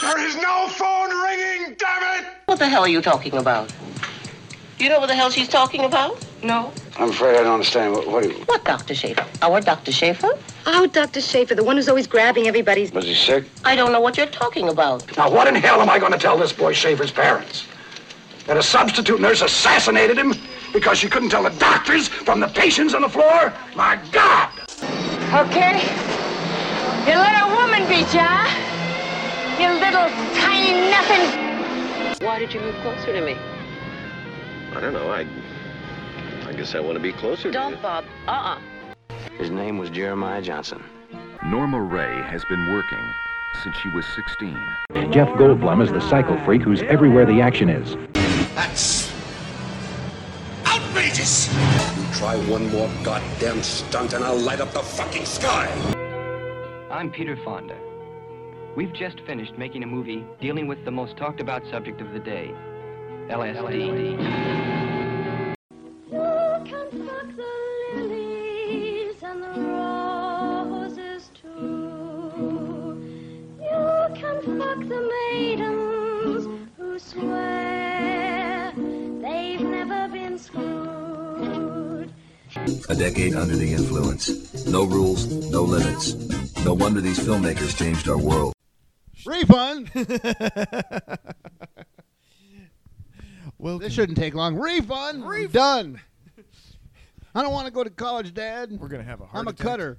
There is no phone ringing, damn it! What the hell are you talking about? You know what the hell she's talking about? No. I'm afraid I don't understand. What, what you... What Dr. Schaefer? Our Dr. Schaefer? Oh, Dr. Schaefer, the one who's always grabbing everybody's. Was he sick? I don't know what you're talking about. Now, what in hell am I going to tell this boy Schaefer's parents? That a substitute nurse assassinated him because she couldn't tell the doctors from the patients on the floor? My God! Okay. You little woman beat ya, You little tiny nothing. Why did you move closer to me? I don't know. I, I guess I want to be closer to you. Bob. Uh-uh. His name was Jeremiah Johnson. Norma Ray has been working since she was 16. Jeff Goldblum is the psycho freak who's everywhere the action is. That's outrageous! You try one more goddamn stunt and I'll light up the fucking sky! I'm Peter Fonda. We've just finished making a movie dealing with the most talked about subject of the day LSD. Who can pluck the lilies and the roses too? You can fuck the maidens who swear they've never been screwed. A decade under the influence. No rules, no limits. No wonder these filmmakers changed our world. Refund. This shouldn't take long. Refund. I'm Done. I don't want to go to college, Dad. We're gonna have a heart I'm a attack. cutter.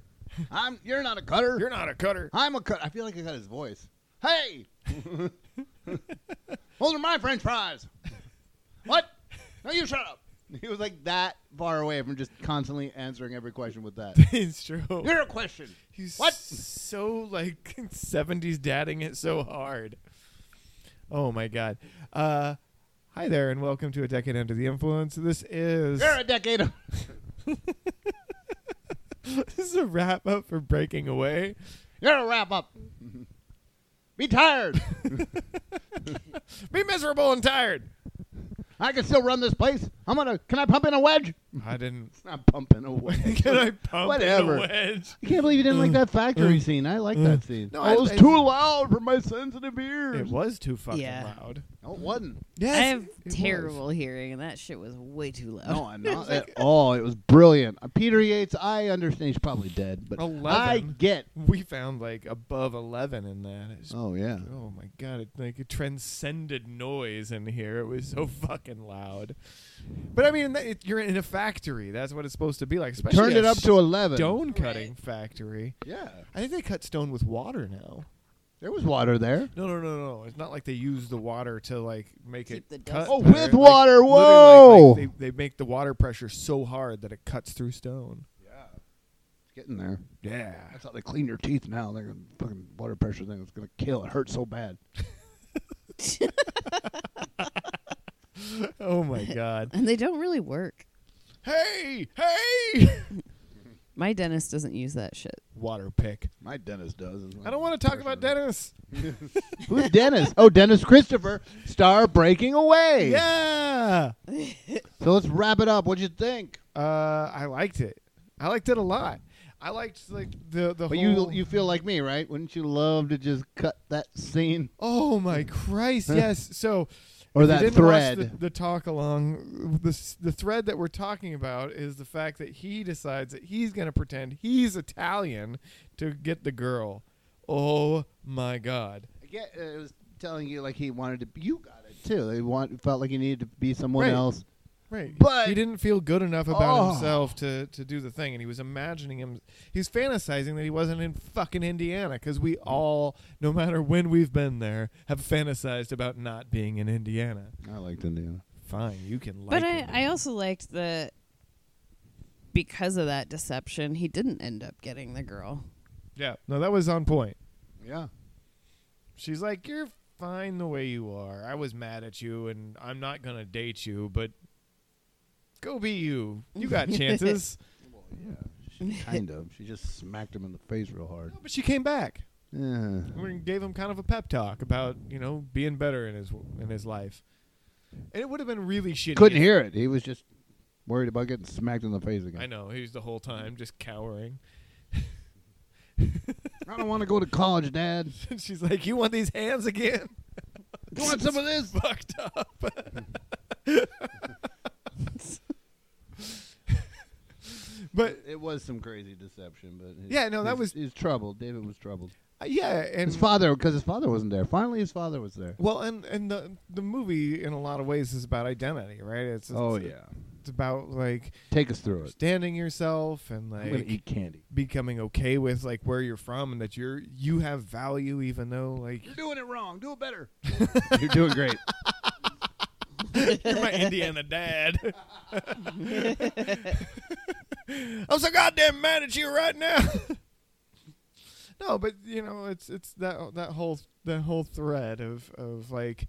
I'm. You're not a cutter. You're not a cutter. I'm a cut. I feel like I got his voice. Hey, those are my French fries. What? No, you shut up. He was like that far away from just constantly answering every question with that. it's true. You're a question. He's What? so like 70s dadding it so hard. Oh my god. Uh hi there and welcome to a decade under the influence. This is You're a decade. of- this is a wrap up for breaking away. You're a wrap up. Be tired. Be miserable and tired. I can still run this place. I'm gonna. Can I pump in a wedge? I didn't I'm pumping a wedge. Can I pump Whatever. in a wedge? I can't believe you didn't like that factory scene. I like that scene. No, No, Mm. I- it was I- too loud for my sensitive ears. It was too fucking Yeah. loud. No, it wasn't. Yes, I have it was. terrible hearing, and that shit was way too loud. No, not at all. It was brilliant. Uh, Peter Yates, I understand he's probably dead, but I Eleven. get. We found like above 11 in that. It's Oh yeah. Oh my god! It like it transcended noise in here. It was so fucking loud. But I mean, that- it, you're in a factory. That's what it's supposed to be like. Especially Turned it a up to eleven. stone cutting factory. Yeah. I think they cut stone with water now. There was water there. No, no, no, no. It's not like they use the water to like make Keep it the cut dust Oh, better. with Like, water, literally, like, whoa! Like, they, they make the water pressure so hard that it cuts through stone. It's getting there. Yeah. That's how they clean your teeth now. They're gonna fucking water pressure thing. It's gonna kill. It hurts so bad. Oh my god. And they don't really work. hey, hey! My dentist doesn't use that shit. water pick. My dentist does. I don't want to talk about Dennis. Who's Dennis? Oh, Dennis Christopher, star Breaking Away. Yeah. So let's wrap it up. What'd you think? Uh, I liked it. I liked it a lot. I liked like the the But you whole. you feel like me, right? Wouldn't you love to just cut that scene? oh my Christ! yes. So. Or if you that didn't watch thread. the, the talk along, the s- the thread that we're talking about is the fact that he decides that he's going to pretend he's Italian to get the girl. Oh my God! I get uh, it was telling you like he wanted to. You got it too. They want felt like he needed to be someone Right. else. Right. But- he didn't feel good enough about Oh. himself to, to do the thing, and he was imagining him. He's fantasizing that he wasn't in fucking Indiana, because we all, no matter when we've been there, have fantasized about not being in Indiana. I liked Indiana. Fine, you can like. But I, it. I also liked that because of that deception, he didn't end up getting the girl. yeah, no, that was on point. Yeah. She's like, "You're fine the way you are. I was mad at you, and I'm not gonna date you, but go be you. You got chances." Kind of. She just smacked him in the face real hard. but she came back. Yeah. and gave him kind of a pep talk about you know being better in his in his life. And it would have been really shitty. Couldn't if- hear it. He was just worried about getting smacked in the face again. I know he was the whole time just cowering. I don't want to go to college, Dad. She's like, you want these hands again? You want some of this? Fucked up. but it was some crazy deception. But his- Yeah, no, that his- was- he's troubled. David was troubled. Uh, yeah, and his father, because his father wasn't there. Finally, his father was there. Well, and and the the movie in a lot of ways is about identity, right? It's, it's Oh, yeah. it's about like Take us through it. standing yourself and like I'm gonna eat candy. becoming okay with like where you're from and that you're you have value even though like You're doing it wrong. Do it better. you're doing great. You're my Indiana dad. I'm so goddamn mad at you right now. no, but you know, it's it's that that whole that whole thread of of like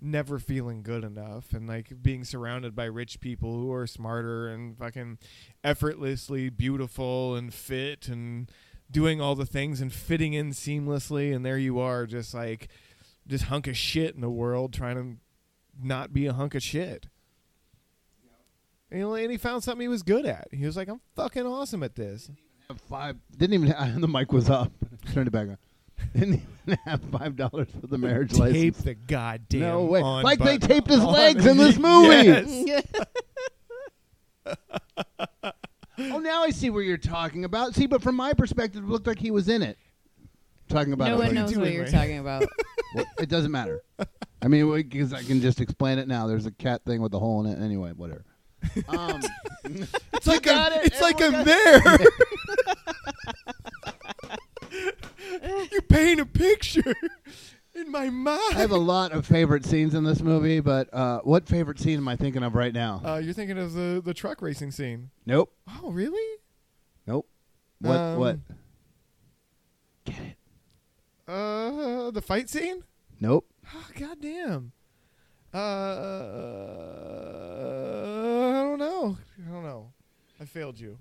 never feeling good enough and like being surrounded by rich people who are smarter and fucking effortlessly beautiful and fit and doing all the things and fitting in seamlessly and there you are just like just hunk of shit in the world trying to not be a hunk of shit. And, you know, and he found something he was good at. He was like, I'm fucking awesome at this. Five didn't even. Have, the mic was up. Turn it back on. Didn't even have five dollars for the marriage Tape license. the goddamn. No way. on Like they button. taped his On- legs in this movie. Yes. oh, now I see what you're talking about. See, but from my perspective, it looked like he was in it. Talking about No it. one Like- knows what you're talking about. Well, it doesn't matter. I mean, because I can just explain it now. There's a cat thing with a hole in it. Anyway, whatever. Um, It's like I'm, got it. it's like I'm Everyone there. you paint a picture in my mind. I have a lot of favorite scenes in this movie, but uh, what favorite scene am I thinking of right now? Uh, you're thinking of the, the truck racing scene. nope. Oh, really? Nope. What? Um, what? Uh, the fight scene? Nope. Oh, God damn. Uh, I don't know. I don't know. I failed you.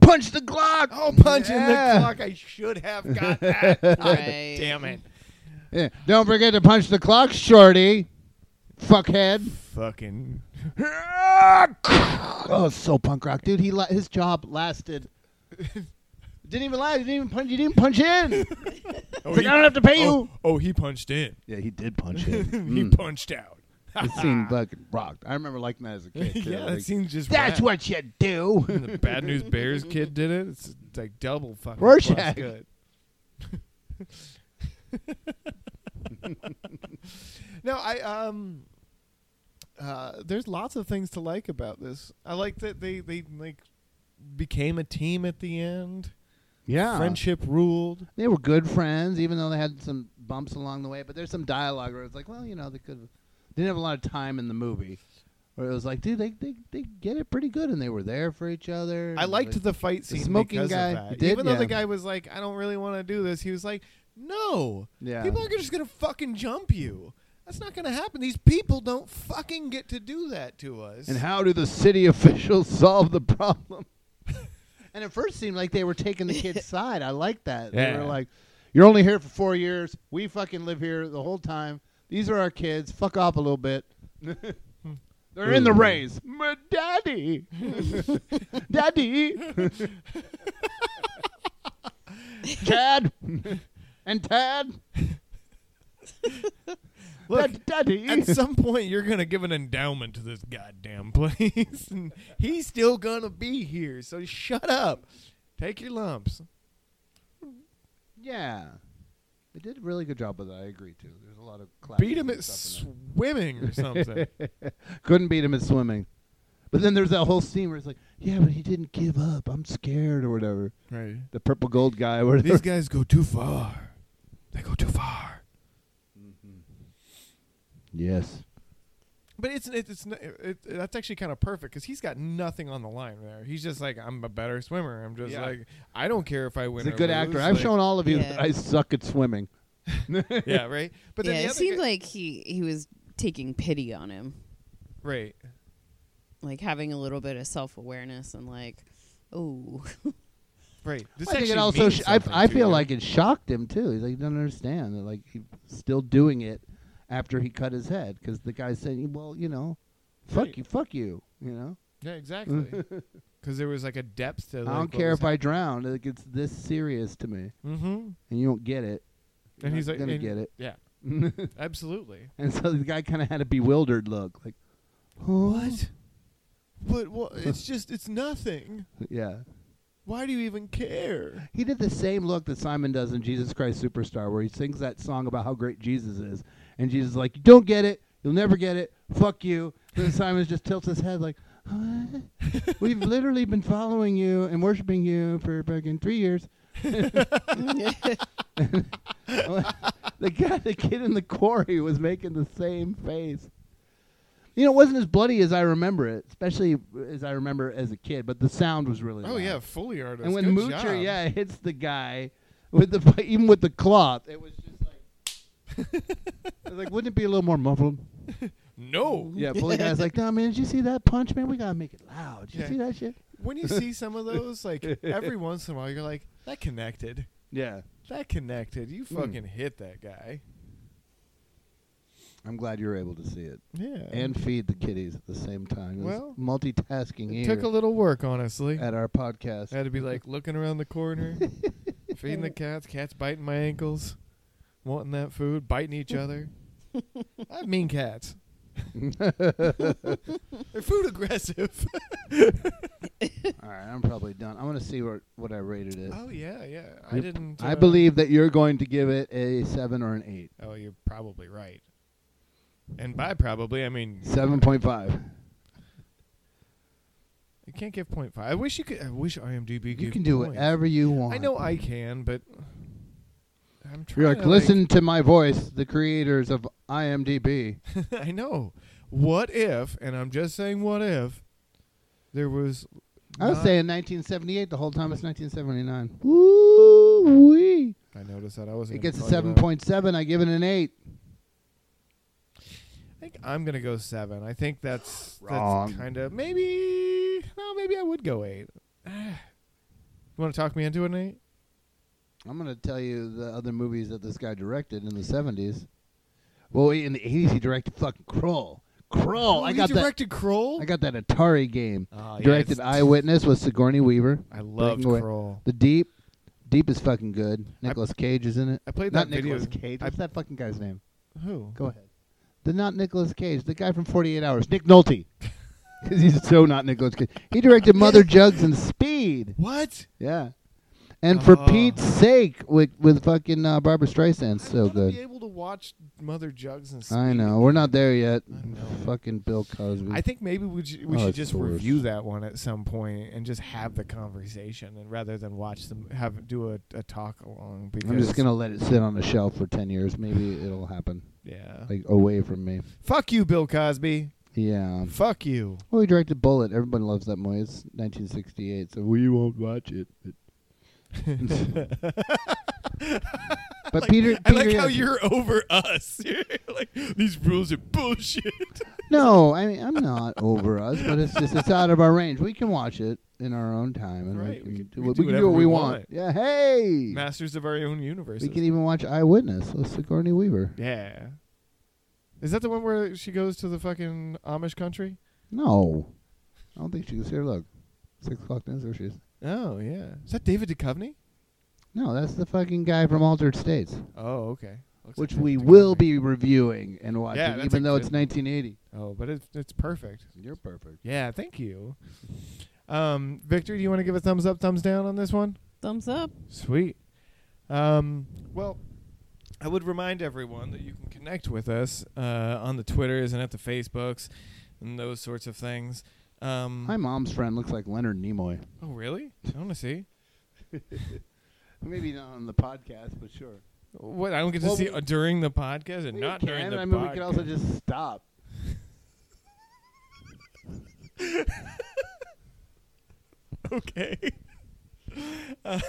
Punch the Glock. Oh, punch in Yeah. the clock. I should have got that. God Right. damn it. Yeah. Don't forget to punch the clock, shorty. Fuckhead. Fucking. Oh, it's so punk rock, dude. He la- his job lasted. didn't even last. You didn't even punch. You didn't punch in. Oh, like, I don't have to pay oh, Oh, he punched in. Yeah, he did punch he in. punched out. It seemed like it rocked. I remember liking that as a kid. Too. yeah, Like, that seems just. That's rad. what you do. And the Bad News Bears kid did it. It's like double fucking plus Rorschach. good. no, I um. Uh, there's lots of things to like about this. I like that they they like became a team at the end. yeah, Friendship ruled. They were good friends, even though they had some bumps along the way. But there's some dialogue where it's like, well, you know, they could they didn't have a lot of time in the movie. Where it was like, dude, they, they, they get it pretty good, and they were there for each other. I and, liked like, the fight scene smoking because guy. of You that. did? Even though Yeah. the guy was like, "I don't really want to do this," he was like, "No, Yeah. people are just gonna fucking jump you. That's not gonna happen. These people don't fucking get to do that to us." And how do the city officials solve the problem? and it first seemed like they were taking the kid's side. I liked that. They Yeah. were like, you're only here for four years. We fucking live here the whole time. These are our kids. Fuck off a little bit. They're in the rays. My daddy. daddy. Chad. and Tad. Look, Dad- daddy. at some point, you're gonna give an endowment to this goddamn place, and he's still gonna be here. So shut up, take your lumps. Yeah. They did a really good job with that. I agree too. There's a lot of claps. Beat him at swimming or something. Couldn't beat him at swimming. But then there's that whole scene where it's like, yeah, but he didn't give up. I'm scared or whatever. right. The purple gold guy. Where These guys go too far. They go too far. yes. But it's it's, it's n- it, it, that's actually kind of perfect because he's got nothing on the line there. He's just like I'm a better swimmer. I'm just Yeah. like I don't care if I win. He's a or good lose. actor. I've Like- shown all of you Yeah. that I suck at swimming. Yeah, right. But then yeah, the other it seemed guy- like he he was taking pity on him, right. like having a little bit of self awareness and like, oh, Right. This I think it actually also. means Sh- I, something I to feel him. like it shocked him too. He's like, he doesn't understand. that Like he's still doing it after he cut his head because the guy said, well, you know, fuck Right. you, fuck you, you know. yeah, exactly. Because because there was like a depth to. Like, Hmm. I don't what care was if I drown. It gets this serious to me. Mhm. And you don't get it. You're And he's not like, gonna and- get it. Yeah, absolutely. And so the guy kind of had a bewildered look, like, what? But what? It's just it's nothing. Yeah. Why do you even care? He did the same look that Simon does in Jesus Christ Superstar, where he sings that song about how great Jesus is, and Jesus is like, "You don't get it. You'll never get it. Fuck you." Then Simon just tilts his head like, "What? We've literally been following you and worshiping you for fucking three years." the guy, the kid in the quarry, was making the same face. You know, it wasn't as bloody as I remember it, especially as I remember as a kid. But the sound was really. Oh loud. yeah, fully artist. And when Good Moocher, job. yeah, hits the guy with the fu- even with the cloth, it was just like, I was like, wouldn't it be a little more muffled? No. Yeah, bully guy's like, no, man, did you see that punch, man? We gotta make it loud. Did you Yeah. see that shit? When you see some of those, like every once in a while, you're like, that connected. Yeah. That connected. You fucking hit that guy. I'm glad you were able to see it. Yeah. And feed the kitties at the same time. It was Well, multitasking. It took here a little work, honestly. at our podcast. I had to be like looking around the corner, feeding the cats. Cats biting my ankles, wanting that food, biting each other. I have mean cats. They're food aggressive. All right, I'm probably done. I want to see what what I rated it. oh yeah, yeah. I didn't. I uh, believe that you're going to give it a seven or an eight. Oh, you're probably right. And by probably, I mean Seven point five. You can't give point five. I wish you could. I wish IMDb. You gave can do points. whatever you want. I know I can, but I'm trying. You're like, to, listen to my voice, the creators of IMDb. I know. What if? And I'm just saying, what if there was? I was not- saying 1978 the whole time. It's 1979. Woo wee! I noticed that I wasn't. It gonna gets a call you out. 7.7. I give it an eight. I think I'm gonna go seven. I think that's Wrong. that's kind of maybe. No, maybe I would go eight. You want to talk me into an eight? I'm gonna tell you the other movies that this guy directed in the 70s. Well, in the 80s he directed fucking Kroll. Kroll. Oh, I he got directed that. Kroll. I got that Atari game. Oh, yeah, directed it's- Eyewitness with Sigourney Weaver. I loved Breaking Away. Kroll. The Deep. Deep is fucking good. Nicolas Cage is in it. I played Not that video- Nicolas Cage. I- What's that fucking guy's name? Who? Go ahead. The not Nicolas Cage, the guy from 48 Hours, Nick Nolte. Because he's so not Nicolas Cage. He directed Mother Jugs and Speed. What? Yeah. And for Oh. Pete's sake, with with fucking uh, Barbara Streisand, so Be good. able to watch Mother Jugs and. I know. We're not there yet. Fucking Bill Cosby. I think maybe we, ju- we Oh, should it's just the worst. review that one at some point and just have the conversation, and rather than watch them have do a, a talk along. Because I'm just gonna let it sit on the shelf for ten years. Maybe it'll happen. Yeah. Like away from me. fuck you, Bill Cosby. Yeah. Fuck you. Well, he directed Bullet. Everybody loves that movie. It's 1968, so we won't watch it. But, But Like, Peter, I like Peter how Jackson- you're over us. You're like these rules are bullshit. No, I mean I'm not over us, but it's just it's out of our range. We can watch it in our own time, and Right, we, can we can- do, we what- can do we can whatever do what we we want. want. Yeah, hey, Masters of our own universe. we can e-, even watch Eyewitness with Sigourney Weaver. yeah. Is that the one where she goes to the fucking Amish country? No, I don't think she was here. Look, six o'clock news. There she is. Oh yeah. Is that David Duchovny? No, that's the fucking guy from Altered States, Oh okay. Looks which like we David will be reviewing and watching, Yeah, that's even a though it's good- 1980. Oh, but it's it's perfect. You're perfect. Yeah, thank you. Um, Victor, do you want to give a thumbs up, thumbs down on this one? Thumbs up. Sweet. Um, well, I would remind everyone that you can connect with us uh, on the Twitters and at the Facebooks and those sorts of things. Um, My mom's friend looks like Leonard Nimoy. oh, really? I want to see. Maybe not on the podcast, but sure. What? I don't get to Well, see we- uh, during the podcast and not during Can, the I mean, podcast. we could also just stop. okay. Uh,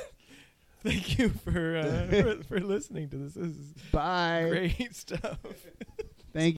thank you for, uh, for for listening to this. This is Bye. Great stuff.